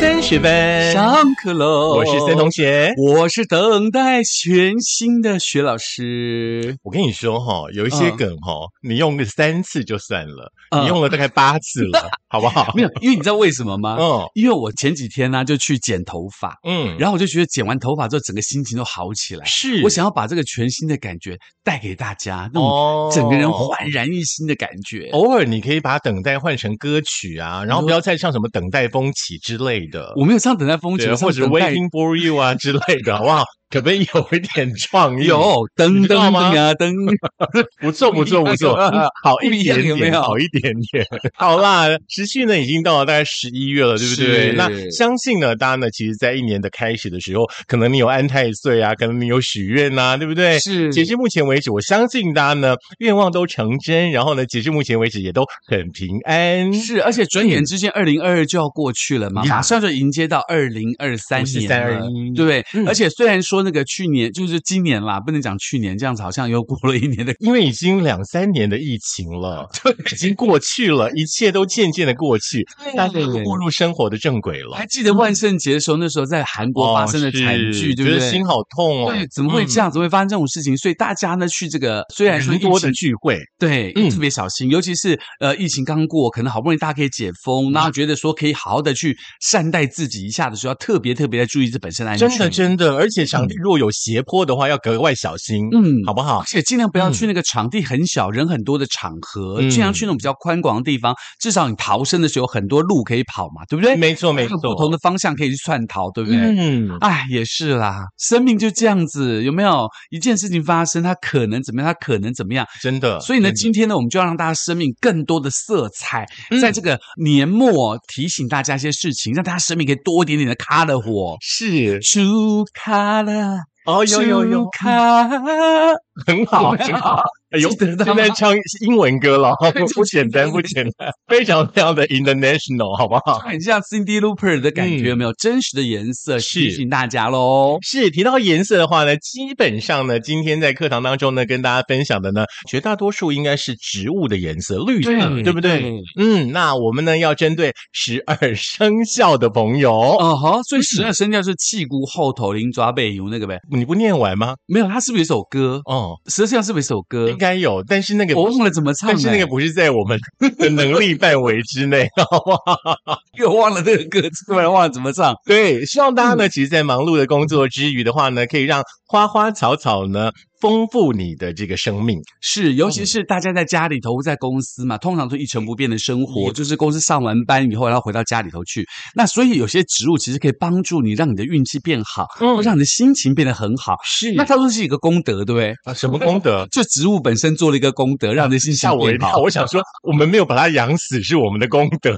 三十分，上课喽！我是森同，学。我是等待全新的薛老师。我跟你说哈、有一些嗯梗哈、你用个三次就算了，嗯你用了大概八次 了，好不好？啊没有，因为你知道为什么吗？嗯因为我前几天呢、就去剪头发，嗯，然后我就觉得剪完头发之后整个心情都好起来。是我想要把这个全新的感觉带给大家，那种哦整个人焕然一新的感觉。偶尔你可以把等待换成歌曲啊，然后不要再唱什么等待风起之类的，我没有唱等待风景，对啊我唱或者等待 waiting for you 啊之类的，好不好？可不可以有一点创意？有你噔知道噔吗噔啊噔，不错，不错，不不一样错有没有，好不一一样点有没点，有好一点点。 好啦，时序呢已经到了大概十一月了，对不对？是那相信呢，大家呢，其实，在一年的开始的时候，可能你有安太岁啊，可能你有许愿呐、对不对？是截至目前为止，我相信大家呢，愿望都成真，然后呢，截至目前为止也都很平安。是，而且转眼之间，二零二二就要过去了嘛，嗯呀马上就迎接到二零二三53年了， 21对不对？嗯而且虽然说那个去年就是今年啦，不能讲去年，这样子好像又过了一 年的。因为已经两三年的疫情了， 对，已经过去了，一切都渐渐的过去，大家对啊步入生活的正轨了还。记得万圣节的时候，那时候在韩国发生的惨哦剧，是对不觉得对？心好痛哦。对，怎么会这样？怎么会发生这种事情？所以大家呢，去这个虽然说人疫多的情聚会，对，嗯特别小心，尤其是呃，疫情刚过，可能好不容易大家可以解嗯封，然后觉得说可以好好的去善待自己一下的时候，要特别特别的注意这本身的安全。真的真的，而且场地如果有斜坡的话，要格外小心，嗯好不好而？且尽量不要嗯去那个场地很小、人很多的场合，嗯尽量去那种比较宽广的地方。至少你逃生的时候有很多路可以跑嘛，对不对？没错没哎有不同错，的方向可以去窜逃，对不对？嗯，哎，也是啦，生命就这样子，有没有？一件事情发生，它可能怎么样，它可能怎么样。真的。嗯所以呢，真的今天呢，我们就要让大家生命更多的色彩，嗯在这个年末提醒大家一些事情，让大家生命可以多一点点的 color 火是，true color，哦，有有有，嗯 color。很好很好。哎呦，啊记得现到吗在唱英文歌了，不简单 对不简单，非常非常的 international，好不好？很像 Cindy Looper 的感嗯觉，有没有？真实的颜色是提醒大家喽。是提到颜色的话呢，基本上呢，今天在课堂当中呢，跟大家分享的呢，绝大多数应该是植物的颜色，绿色，对对不对？对嗯，那我们呢要针对十二生肖的朋友，哦吼，所以十二生肖是气骨后头零抓背有那个呗？你不念完吗？没有，它是不是有一首歌？哦，十二生肖是不是有一首歌应？该有，但是那个呃我忘了怎么唱了，但是那个不是在我们的能力范围之内，好不好？又忘了那个歌，突然忘了怎么唱。对，希望大家嗯呢，其实，在忙碌的工作之余的话呢，可以让花花草草呢，丰富你的这个生命。是，尤其嗯是大家在家里头，在公司嘛，通常都一成不变的生活，嗯就是公司上完班以后，然后回到家里头去。那所以有些植物其实可以帮助你，让你的运气变好，嗯或让你的心情变得很好。是那它都是一个功德，对不对？啊，什么功 德？就植物本身做了一个功德，让人的心情 吓我一变跳！好，我想说，我们没有把它养死是我们的功 德，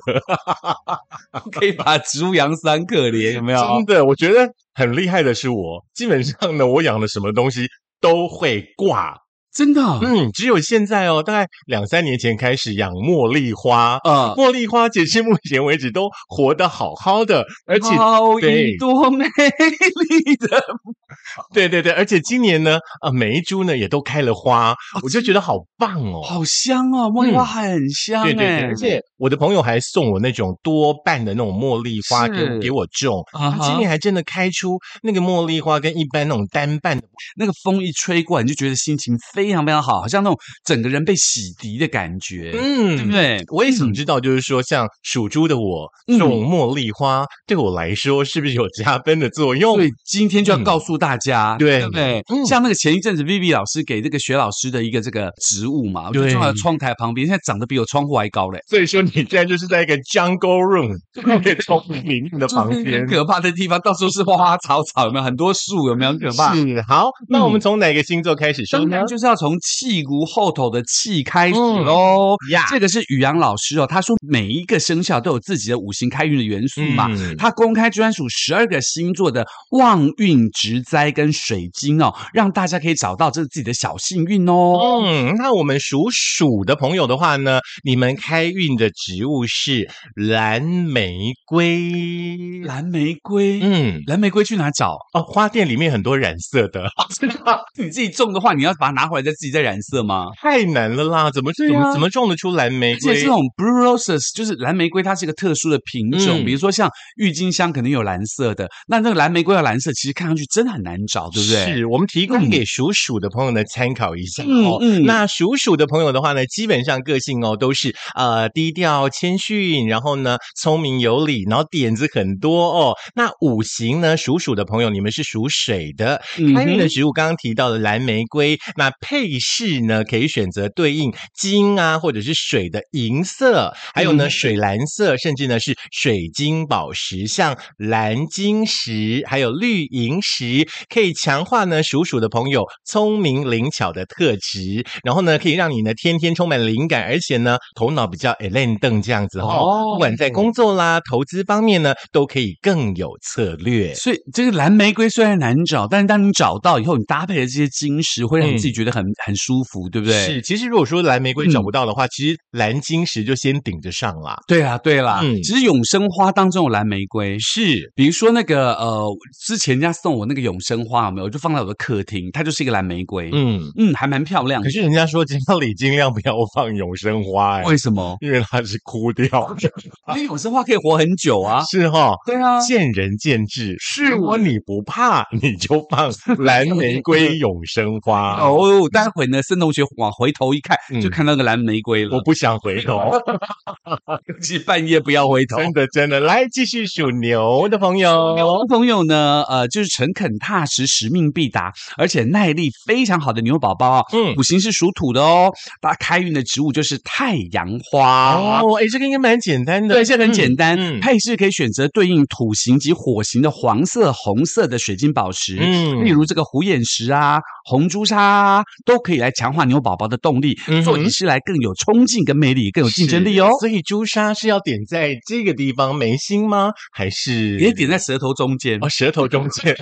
可以 把植物养三可怜，有没有 真？的，我觉得很厉害的是我。基本上呢，我养的什么东西都会挂。真的啊，嗯，只有现在哦，大概两三年前开始养茉莉花，呃，茉莉花截至目前为止都活得好好的， 而且好对一朵美丽的，对对对，而且今年呢，啊，每一株呢也都开了花，我就觉得好棒哦。 哦好香哦，茉莉嗯花很香对对对，哎，而且我的朋友还送我那种多瓣的那种茉莉花给我是给我种，啊它今哈年还真的开出那个茉莉花跟一般那种单瓣的那个风一吹过来，你就觉得心情非常非常好，好像那种整个人被洗涤的感觉，对不嗯。对？我也想知道，就是说，像属猪的我嗯种茉莉花，对我来说是不是有加分的作用？所以今天就要嗯告诉大家，对不对？嗯像那个前一阵子 Vivi 老师给这个雪老师的一个这个植物嘛，我就对种在窗台旁边，现在长得比我窗户还高嘞。所以说，你现在就是在一个 jungle room，对，丛林里面的 房间很，可怕的地方，到处是花花草草，有没有很多树？有没有很可怕？是好，那我们从哪个星座开始说当呢然？就是要从气骨后头的气开始嗯喽。呀这个是宇阳老师哦，他说每一个生肖都有自己的五行开运的元素嘛。嗯他公开专属十二个星座的旺运植栽跟水晶哦，让大家可以找到这自己的小幸运哦。嗯，那我们属鼠的朋友的话呢，你们开运的植物是蓝玫瑰。蓝玫瑰，嗯，蓝玫瑰去哪找？哦，花店里面很多染色的， 你自己种的话，你要把它拿回来来再自己再染色吗？太难了啦，怎么怎对么啊怎么种得出蓝玫而且瑰这？种 blue roses 就是蓝玫瑰，它是一个特殊的品种，嗯比如说像郁金香肯定有蓝色的，那那个蓝玫瑰的蓝色其实看上去真的很难找，对不对？是我们提供嗯给属鼠的朋友呢参考一下嗯哦。嗯那属鼠的朋友的话呢，基本上个性哦都是呃低调谦逊，然后呢聪明有礼，然后点子很多哦。那五行呢，属鼠的朋友你们是属水的，嗯哼开运的植物刚刚提到的蓝玫瑰，那配饰呢可以选择对应金啊或者是水的银色，还有呢嗯水蓝色，甚至呢是水晶宝石，像蓝晶石还有绿萤石，可以强化呢属鼠的朋友聪明灵巧的特质，然后呢可以让你呢天天充满灵感，而且呢头脑比较 e l e n 邓这样子哦，哦不管在工作啦、投资方面呢，都可以更有策略。所以这个蓝玫瑰虽然难找，但是当你找到以后，你搭配的这些晶石会让你自己觉得很、很舒服，对不对？嗯是，，其实如果说蓝玫瑰找嗯不到的话，其实蓝晶石就先顶着上啦。对啦，对啦。嗯其实永生花当中有蓝玫瑰，是，比如说那个呃，之前人家送我那个永生花，有没有？我就放在我的客厅，它就是一个蓝玫瑰，嗯嗯。还蛮漂亮的可。是人家说家里尽量不要放永生花、哎，为什么？因为它是枯掉的。因为永生花可以活很久啊。是哈、对啊，见仁见智。是如果你不怕，你就 放蓝玫瑰永生花。哦，待会呢，森同学往回头一看，嗯就看到那个蓝玫瑰了。我不想回头，哦 尤其半夜不要回头。真的哦真的。来，继续属牛的朋友牛，朋友呢，呃，就是诚恳踏实、使命必达，而且耐力非常好的牛宝宝、哦。嗯五行是属土的哦，它开运的植物就是太阳花。哦，哎，这个应该蛮简单的。对，这个很简单。嗯嗯配饰可以选择对应土型及火型的黄色、红色的水晶宝石，嗯例如这个虎眼石啊、红朱砂啊，都可以来强化牛宝宝的动力，嗯哼做起事来更有冲劲、跟魅力、更有竞争力哦是。所以朱砂是要点在这个地方眉心吗？还是也点在舌头中间，哦舌头中间？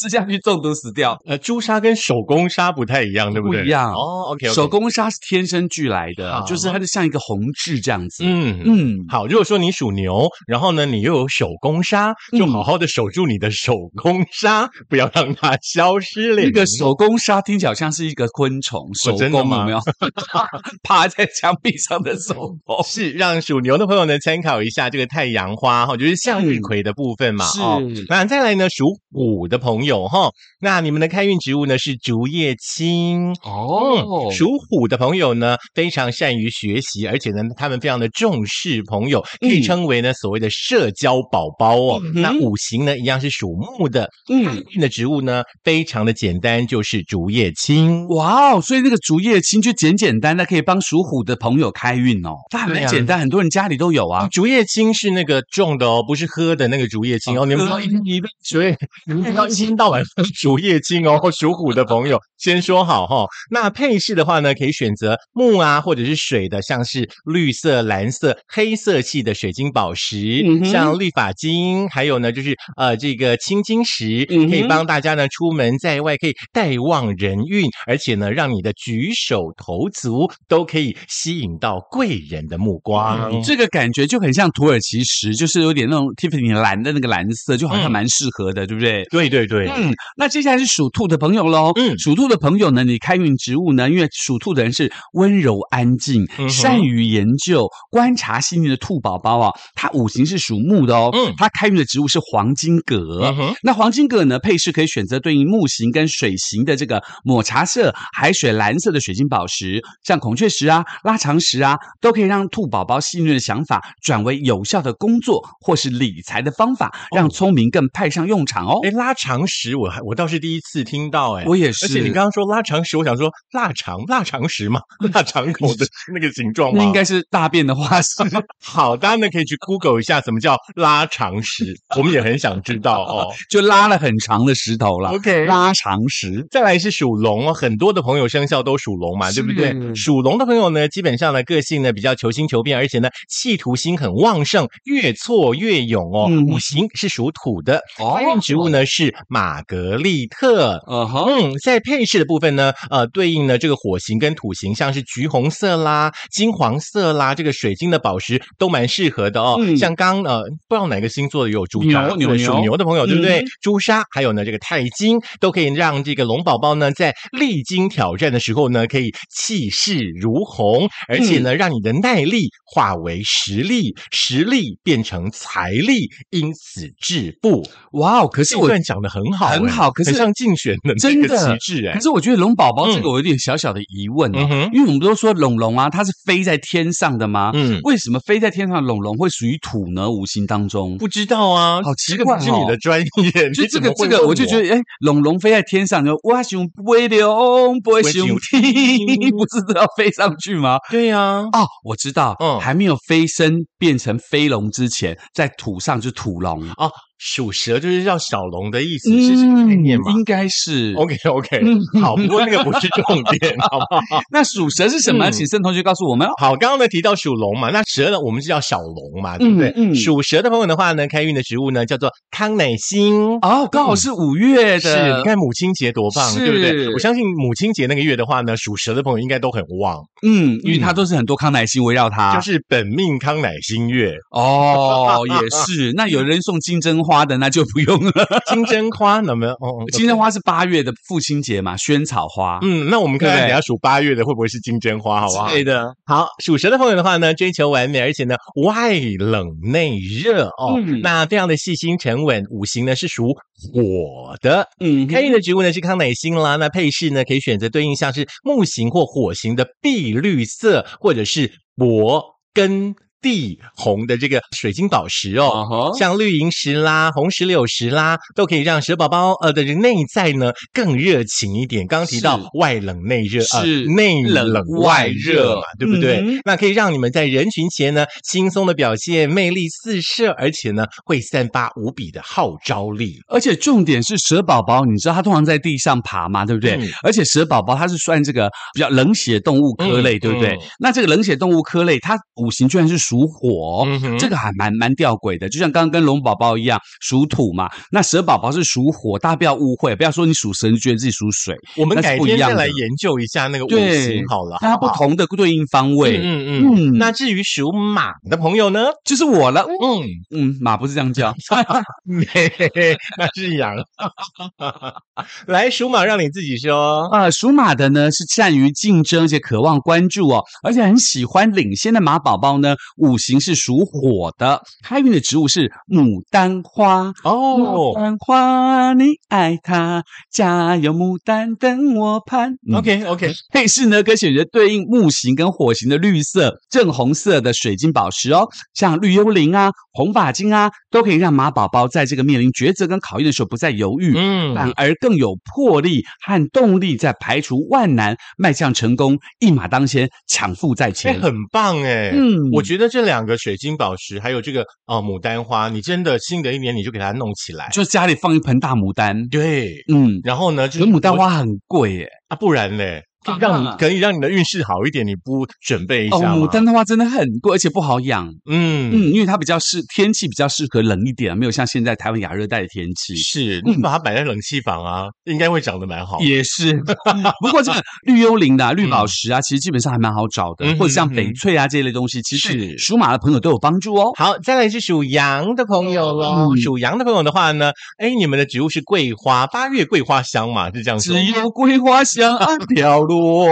吃下去中毒死掉。 呃，朱砂跟手工砂不太一样，对对？不一样哦，OK，, 手工纱是天生俱来好的，就是它就像一个红痣这样子。嗯。嗯嗯，好，如果说你属牛，然后呢，你又有手工砂，就嗯好好的守住你的手工砂，不要让它消失了。那个手工纱听起来好像是一个昆虫，手哦真的工吗有没 有？趴在墙壁上的手工。是让属牛的朋友呢参考一下这个太阳花哈，就是向日葵的部分嘛。嗯是哦，那再来呢，属虎的朋友哈，那你们的开运植物呢是竹叶青。哦嗯，属虎的朋友呢，非常善于学习，而且呢，他们非常的重视朋友，可以嗯称为呢所谓的社交宝宝哦。嗯哼那五行呢，一样是属木的，嗯，运的植物呢，非常的简单，就是竹叶青。哇哦！所以那个竹叶青就简简单单可以帮属虎的朋友开运哦，它还对蛮啊简单，很多人家里都有啊。竹叶青是那个种的哦，不是喝的那个竹叶青哦。你们不要一天一所以你们不要一天到晚喝 竹叶青哦。属虎的朋友先说好哈、那配饰的话呢，可以选择木啊，或者是水的，像是绿色、蓝色、黑色系的水晶宝石，嗯哼像绿发晶，还有呢就是呃这个青金石，嗯哼可以帮大家呢出门在外可以带旺人运，而且呢让你的举手投足都可以吸引到贵人的目光。这个感觉就很像土耳其石，就是有点那种 Tiffany 蓝的那个蓝色，就好像嗯蛮适合的，对不对？对对对，嗯，那接下来是属兔的朋友喽。嗯嗯，属兔的朋友呢，你开运植物呢，因为属兔的人是温柔安静、嗯哼善于研究、观察细腻的兔宝宝啊。它五行是属木的哦。嗯嗯，它开运的植物是黄金葛。嗯哼那黄金葛呢，配饰可以选择对应木型跟水型的这个抹茶色、海水蓝色的水晶宝石，像孔雀石啊、拉长石啊，都可以让兔宝宝细腻的想法转为有效的工作或是理财的方法，哦让聪明更派上用场哦哎，。拉长石我还我倒是第一次听到哎，我也是，而且你刚刚说拉长石，我想说腊肠腊肠石嘛，腊肠狗 的那个形状嘛，那应该是大便的 化石。好，大家呢可以去 Google 一下什么叫拉长石，我们也很想知道 哦。就拉了很长的石头啦。 OK 拉长石。再来是属龙哦，很多的朋友生肖都属龙嘛，对不对？是属龙的朋友呢，基本上呢个性呢比较求新求变，而且呢企图心很旺盛，越挫越勇哦。嗯五行是属土的，哦发运植物呢是玛格丽特。呃哈，嗯，在配饰的部分呢，呃，对应呢这个火型跟土型，像是橘红色啦、金黄色啦，这个水晶的宝石都蛮适合的哦。嗯像刚呃，不知道哪个星座的有朱砂，牛牛对牛属牛的朋友对不对？嗯朱砂，还有呢这个钛金，都可以让这个龙宝宝呢在历历经挑战的时候呢，可以气势如虹，而且嗯呢，让你的耐力化为实力，实力变成财力，因此致富。哇哦！可是这我段讲的很好、欸哎很好可是很像竞选的那真个的旗帜哎、可是我觉得龙宝宝这个我有点小小的疑问哦，嗯哼因为我们都说龙龙啊，它是飞在天上的吗？嗯，为什么飞在天上的龙龙会属于土呢？五行当中，不知道啊，好奇这个怪不是你哦的专业，就你这怎个么这会个，问我就觉得，哎，龙龙飞在天上，就我想不会龙，不会想熊天， 不是都要飞上去吗？对呀、啊，哦，我知道，嗯还没有飞升变成飞龙之前，在土上就是土龙，哦属蛇就是叫小龙的意思，是这个概念吗嗯应该是。 ？OK OK，嗯好，不过那个不是重点，好不好？啊那属蛇是什么？嗯请盛同学告诉我们哦。好，刚刚呢提到属龙嘛，那蛇呢，我们是叫小龙嘛，对不对？嗯嗯属蛇的朋友的话呢，开运的植物呢叫做康乃馨。哦，刚好是五月是，的，你看母亲节多棒，对不是对？我相信母亲节那个月的话呢，属蛇的朋友应该都很旺，嗯，因为它都是很多康乃馨围绕它，就是本命康乃馨月。哦，也是。那有人送金针花的，那就不用 了。金针花能不能？哦，哦呃金针花是八月的父亲节嘛，萱草花，嗯，那我们看看对等一下属八月的会不会是金针花，好不好？对的。好，属蛇的朋友的话呢，追求完美，而且呢外冷内热哦，嗯那非常的细心沉稳。五行呢是属火的，嗯哼，开运的植物呢是康乃馨啦，那配饰呢可以选择对应像是木型或火型的碧绿色，或者是勃艮地红的这个水晶宝石啊哦。哈像绿萤石啦、红石榴石啦，都可以让蛇宝宝呃的内在呢更热情一点。刚刚提到是外冷内热，呃是内冷冷外外热热嘛，对不对？嗯哼那可以让你们在人群前呢轻松的表现，魅力四射，而且呢会散发无比的号召力。而且重点是蛇宝宝，你知道它通常在地上爬嘛，对不对？嗯而且蛇宝宝它是算这个比较冷血动物科类，嗯对不对？嗯那这个冷血动物科类，它五行居然是属火，嗯哼这个还蛮蛮吊诡的。就像刚刚跟龙宝宝一样，属土嘛，那蛇宝宝是属火，大家不要误会，不要说你属蛇，你觉得自己属水，我们那是改不一天样再的来研究一下那个五对行好了，那它好不好同的对应方位。啊嗯嗯嗯嗯。那至于属马的朋友呢？就是我了，嗯，嗯，马不是这样叫， 嘿嘿嘿，那是羊。来，属马让你自己说。呃，属马的呢是善于竞争，而且渴望关注哦，而且很喜欢领先的马宝宝呢，五行是属火的，开运的植物是牡丹花。牡哦丹花，你爱它，加油牡丹，等我盼。 ，OK OK，配饰呢，跟选择对应木型跟火型的绿色、正红色的水晶宝石哦，像绿幽灵啊、红发晶啊，都可以让马宝宝在这个面临抉择跟考验的时候不再犹豫。嗯反而更有魄力和动力，在排除万难，迈向成功，一马当先，抢富在哎、前。很棒哎、嗯我觉得这两个水晶宝石，还有这个啊、呃牡丹花，你真的新的一年你就给它弄起来。就家里放一盆大牡丹，对，嗯，然后呢，就可是牡丹我花很贵耶。啊，不然嘞，可以让你、啊可以让你的运势好一点，你不准备一哦，下吗？牡丹的花真的很贵，而且不好养。嗯，嗯，因为它比较适天气比较适合冷一点，啊没有像现在台湾亚热带的天气。是哦嗯你把它摆在冷气房啊，应该会长得蛮好。也是， 不过这个绿幽灵的、啊、绿宝石啊，其实基本上还蛮好找的，嗯哼或者像嗯哼翡翠啊这一类东西，其实对是属马的朋友都有帮助哦。好，再来是属羊的朋友喽。嗯属羊的朋友的话呢，哎，你们的植物是桂花，八月桂花香嘛，是这样说吗。只有桂花香暗飘落。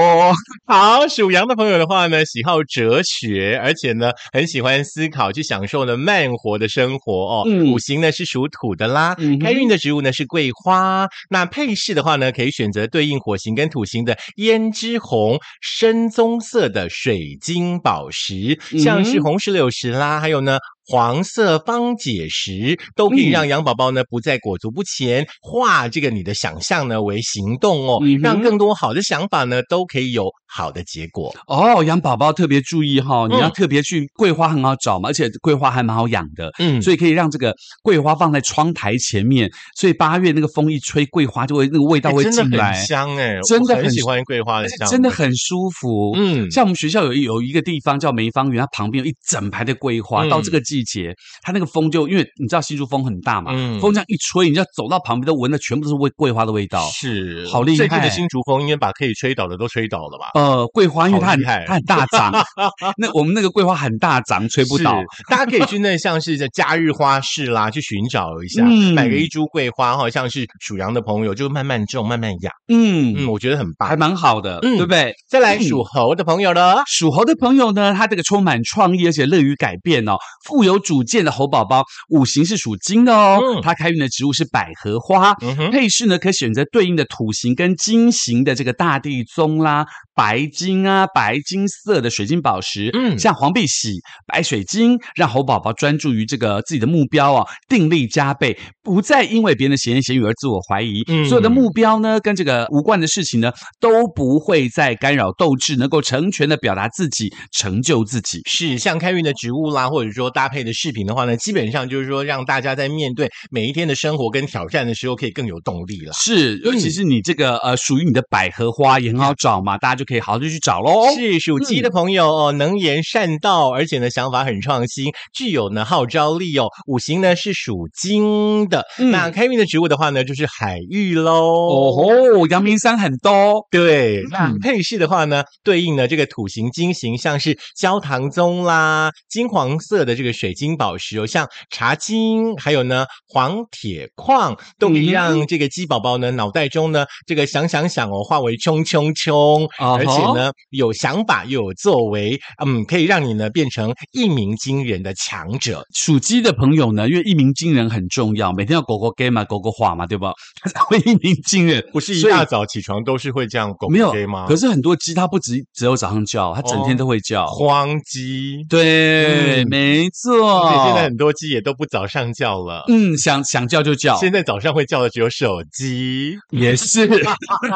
好，属羊的朋友的话呢，喜好哲学，而且呢，很喜欢思考，去享受呢慢活的生活哦。嗯五行呢是属土的啦， 嗯哼开运的植物呢是桂花。那配饰的话呢，可以选择对应火型跟土型的胭脂红、深棕色的水晶宝石，像是嗯红石榴石啦，还有呢。黄色方解石都可以嗯让羊宝宝呢不再裹足不前，化这个你的想象呢为行动哦，嗯哼让更多好的想法呢都可以有好的结果。哦，养宝宝特别注意哈、你要嗯特别去桂花很好找嘛，而且桂花还蛮好养的，嗯所以可以让这个桂花放在窗台前面，所以八月那个风一吹，桂花就会那个味道会哎真的进来很，香哎、我真的很很喜欢桂花的而且香，真的很舒服。嗯像我们学校有一有一个地方叫梅芳园，它旁边有一整排的桂花。嗯到这个季节，它那个风就因为你知道新竹风很大嘛，嗯风这样一吹，你就走到旁边都闻的全部都是味桂花的味道。是好厉害最近的新竹风应该把可以吹倒的都吹倒了吧？呃，桂花因为它好很厉害它很大 长，那我们那个桂花很大长，吹不是倒。大家可以去那像是在假日花市啦，去寻找一下，嗯买个一株桂花哈，像是属羊的朋友就慢慢种，慢慢养，嗯，嗯，我觉得很还棒。蛮好的，嗯对不对？再来属猴的朋友呢，属猴的朋友呢，他这个充满创意而且乐于改变哦，富有主见的猴宝宝，五行是属金的哦，嗯他开运的植物是百合花，嗯哼，配饰呢，可以选择对应的土型跟金型的这个大地棕啦、白金啊、白金色的水晶宝石，嗯像黄碧玺、白水晶，让猴宝宝专注于这个自己的目标哦，定力加倍，不再因为别人的闲言闲语而自我怀疑。嗯所有的目标呢，跟这个无关的事情呢，都不会再干扰斗志，能够成全的表达自己，成就自己。是像开运的植物啦，或者说搭配的饰品的话呢，基本上就是说让大家在面对每一天的生活跟挑战的时候，可以更有动力啦。是，尤其嗯是你这个呃，属于你的百合花也很好找嘛，大家就可以好好的去找喽。是属鸡嗯的朋友哦，能言善道，而且呢想法很创新，具有呢号召力哦。五行呢是属金的，嗯那开运的植物的话呢就是海芋喽。哦吼，阳明山很多。对，那嗯配饰的话呢，对应呢这个土型金型，像是焦糖棕啦、金黄色的这个水晶宝石哦，像茶晶，还有呢黄铁矿，都可以嗯让这个鸡宝宝呢脑袋中呢这个想想想哦，化为冲冲冲，啊哈而且呢有想法又有作为，嗯，可以让你呢变成一鸣惊人的强者。属鸡的朋友呢，因为一鸣惊人很重要，每天要狗狗 game 嘛，狗狗话嘛，对吧？ 它才会一鸣惊人。不是一所以大早起床都是会这样拱没有飞吗？可是很多鸡它不只只有早上叫，它整天哦都会叫。荒鸡。对，嗯没而且现在错。很多鸡也都不早上叫了。嗯，想想叫就叫，现在早上会叫的只有手机。 也是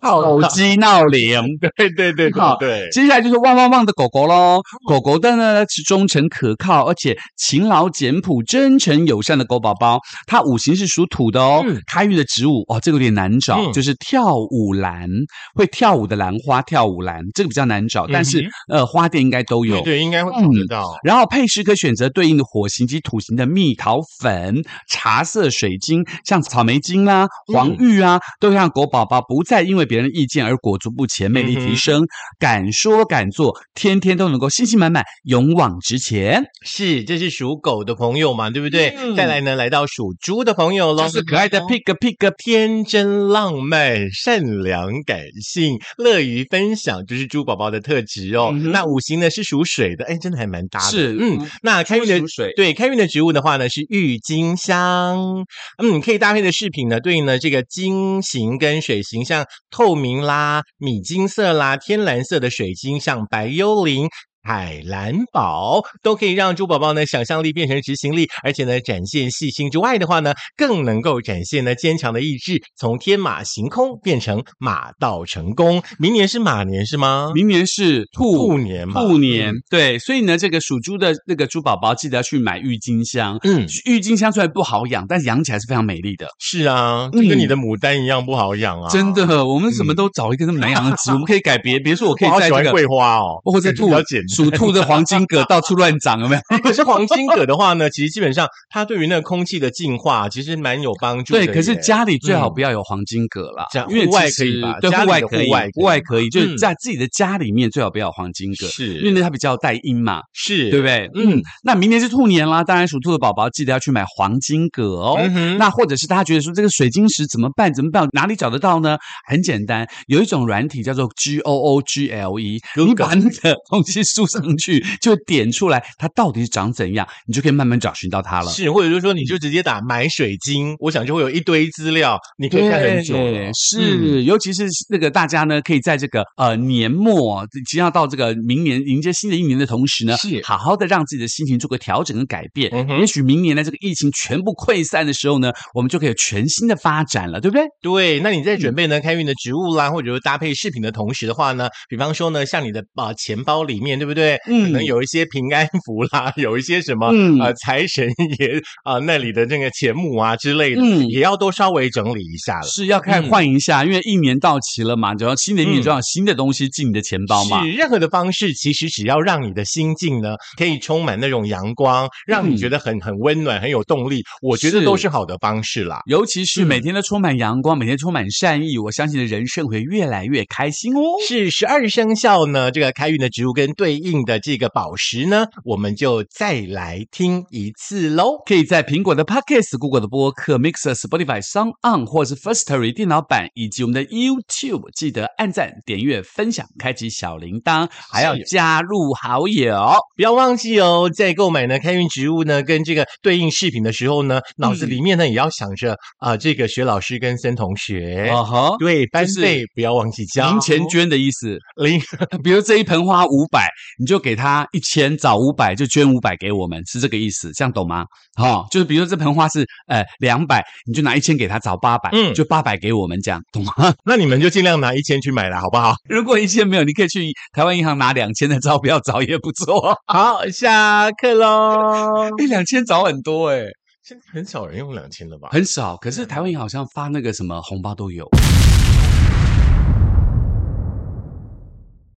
好狗鸡闹铃。对对对对好对，接下来就是汪汪汪的狗狗喽。狗狗的呢是忠诚可靠，而且勤劳简朴、真诚友善的狗宝宝。它五行是属土的哦。嗯开运的植物哦，这个有点难找，嗯就是跳舞兰，会跳舞的兰花，跳舞兰这个比较难嗯找，但是、呃花店应该都有。对，应该会找得到。然后配饰可选择对应的火型及土型的蜜桃粉、茶色水晶，像草莓晶啦、嗯黄玉啊，都会让狗宝宝不再因为别人的意见而裹足不前，魅力嗯哼提升，敢说敢做，天天都能够信心满满，勇往直前。是，这是属狗的朋友嘛，对不对？嗯再来呢，来到属猪的朋友喽，嗯这是可爱的 pig pig。天真浪漫、善良、感性、乐于分享，就是猪宝宝的特质哦。嗯哼那五行呢是属水的，哎，真的还蛮搭的。是嗯嗯，那开运的猪属水对开运的植物的话呢是郁金香，嗯，可以搭配的饰品呢，对应呢这个金型跟水型，像透明啦、米金色啦、天蓝色的水晶，像白幽灵。海蓝宝都可以让猪宝宝呢想象力变成执行力，而且呢展现细心之外的话呢，更能够展现呢坚强的意志，从天马行空变成马到成功。明年是马年是吗？明年是兔兔。年嘛，嗯兔年，对，所以呢，这个属猪的那个猪宝宝，记得要去买郁金香。嗯，嗯，郁金香虽然不好养，但是养起来是非常美丽的。是啊，就跟嗯你的牡丹一样不好养啊，嗯真的，我们怎么都找一个那么难养的 植物？我们可以改别，比如说我可以我好在喜这欢个桂花哦，或 者比兔较简单属兔的黄 金葛到处乱长，有没有？可是黄金葛的话呢，其实基本上它对于那个空气的净化其实蛮有帮助的对，耶。可是家里最好嗯不要有黄金葛啦这样，因为户外其实可以吧对，家户里外的可以户外可以，户外可以，就是嗯在自己的家里面最好不要有黄金葛，是因为呢它比较带阴嘛，是对不对？嗯嗯，那明年是兔年啦，当然属兔的宝宝记得要去买黄金葛哦。嗯哼那或者是大家觉得说这个水晶石怎么办？怎么办？哪里找得到呢？很简单，有一种软体叫做 G O O G L E，你把那个东西输上去，就点出来它到底是长怎样，你就可以慢慢找寻到它了。是，或者就是说你就直接打买水晶，我想就会有一堆资料，你可以看很久了。是，嗯尤其是那个大家呢，可以在这个呃年末即将要到这个明年迎接新的一年的同时呢，是好好的让自己的心情做个调整跟改变。嗯哼也许明年呢，这个疫情全部溃散的时候呢，我们就可以有全新的发展了，对不对？对，那你在准备呢开运的植物啦，或者是搭配饰品的同时的话呢，比方说呢，像你的啊、呃钱包里面，对不不对？嗯可能有一些平安符啦，有一些什么、嗯呃财神爷啊、那里的那个钱母啊之类的，嗯也要都稍微整理一下了。是要看嗯换一下，因为一年到期了嘛，然后新的一年嗯就要有新的东西进你的钱包嘛。是任何的方式，其实只要让你的心境呢，可以充满那种阳光，让你嗯觉得很很温暖，很有动力，我觉得是都是好的方式啦。尤其是嗯每天都充满阳光，每天充满善意，我相信你的人生会越来越开心哦。是十二生肖呢，这个开运的植物跟对应的这个宝石呢，我们就再来听一次喽。可以在苹果的 Podcast、Google 的播客、Mixer、Spotify、s o n g On 或是 Firstory 电脑版，以及我们的 YouTube，记得按赞、点阅、分享、开启小铃铛，还要加入好友。不要忘记哦，在购买呢开运植物呢跟这个对应饰品的时候呢，脑子里面呢也要想着啊、这个学老师跟森同学，哦吼，对班就是费不要忘记交。零钱捐的意思，零比如这一盆花五百，你就给他一千，找五百就捐五百给我们，是这个意思，这样懂吗？好、就是比如说这盆花是呃两百，你就拿一千给他，找八百，嗯就八百给我们，这样懂吗？ 那你们就尽量拿一千去买了，好不好？如果一千没有，你可以去台湾银行拿两千的钞票找也不 错，好，下课喽。一两千找很多诶、现在很少人用两千了吧？很少。可是台湾银行好像发那个什么红包都有。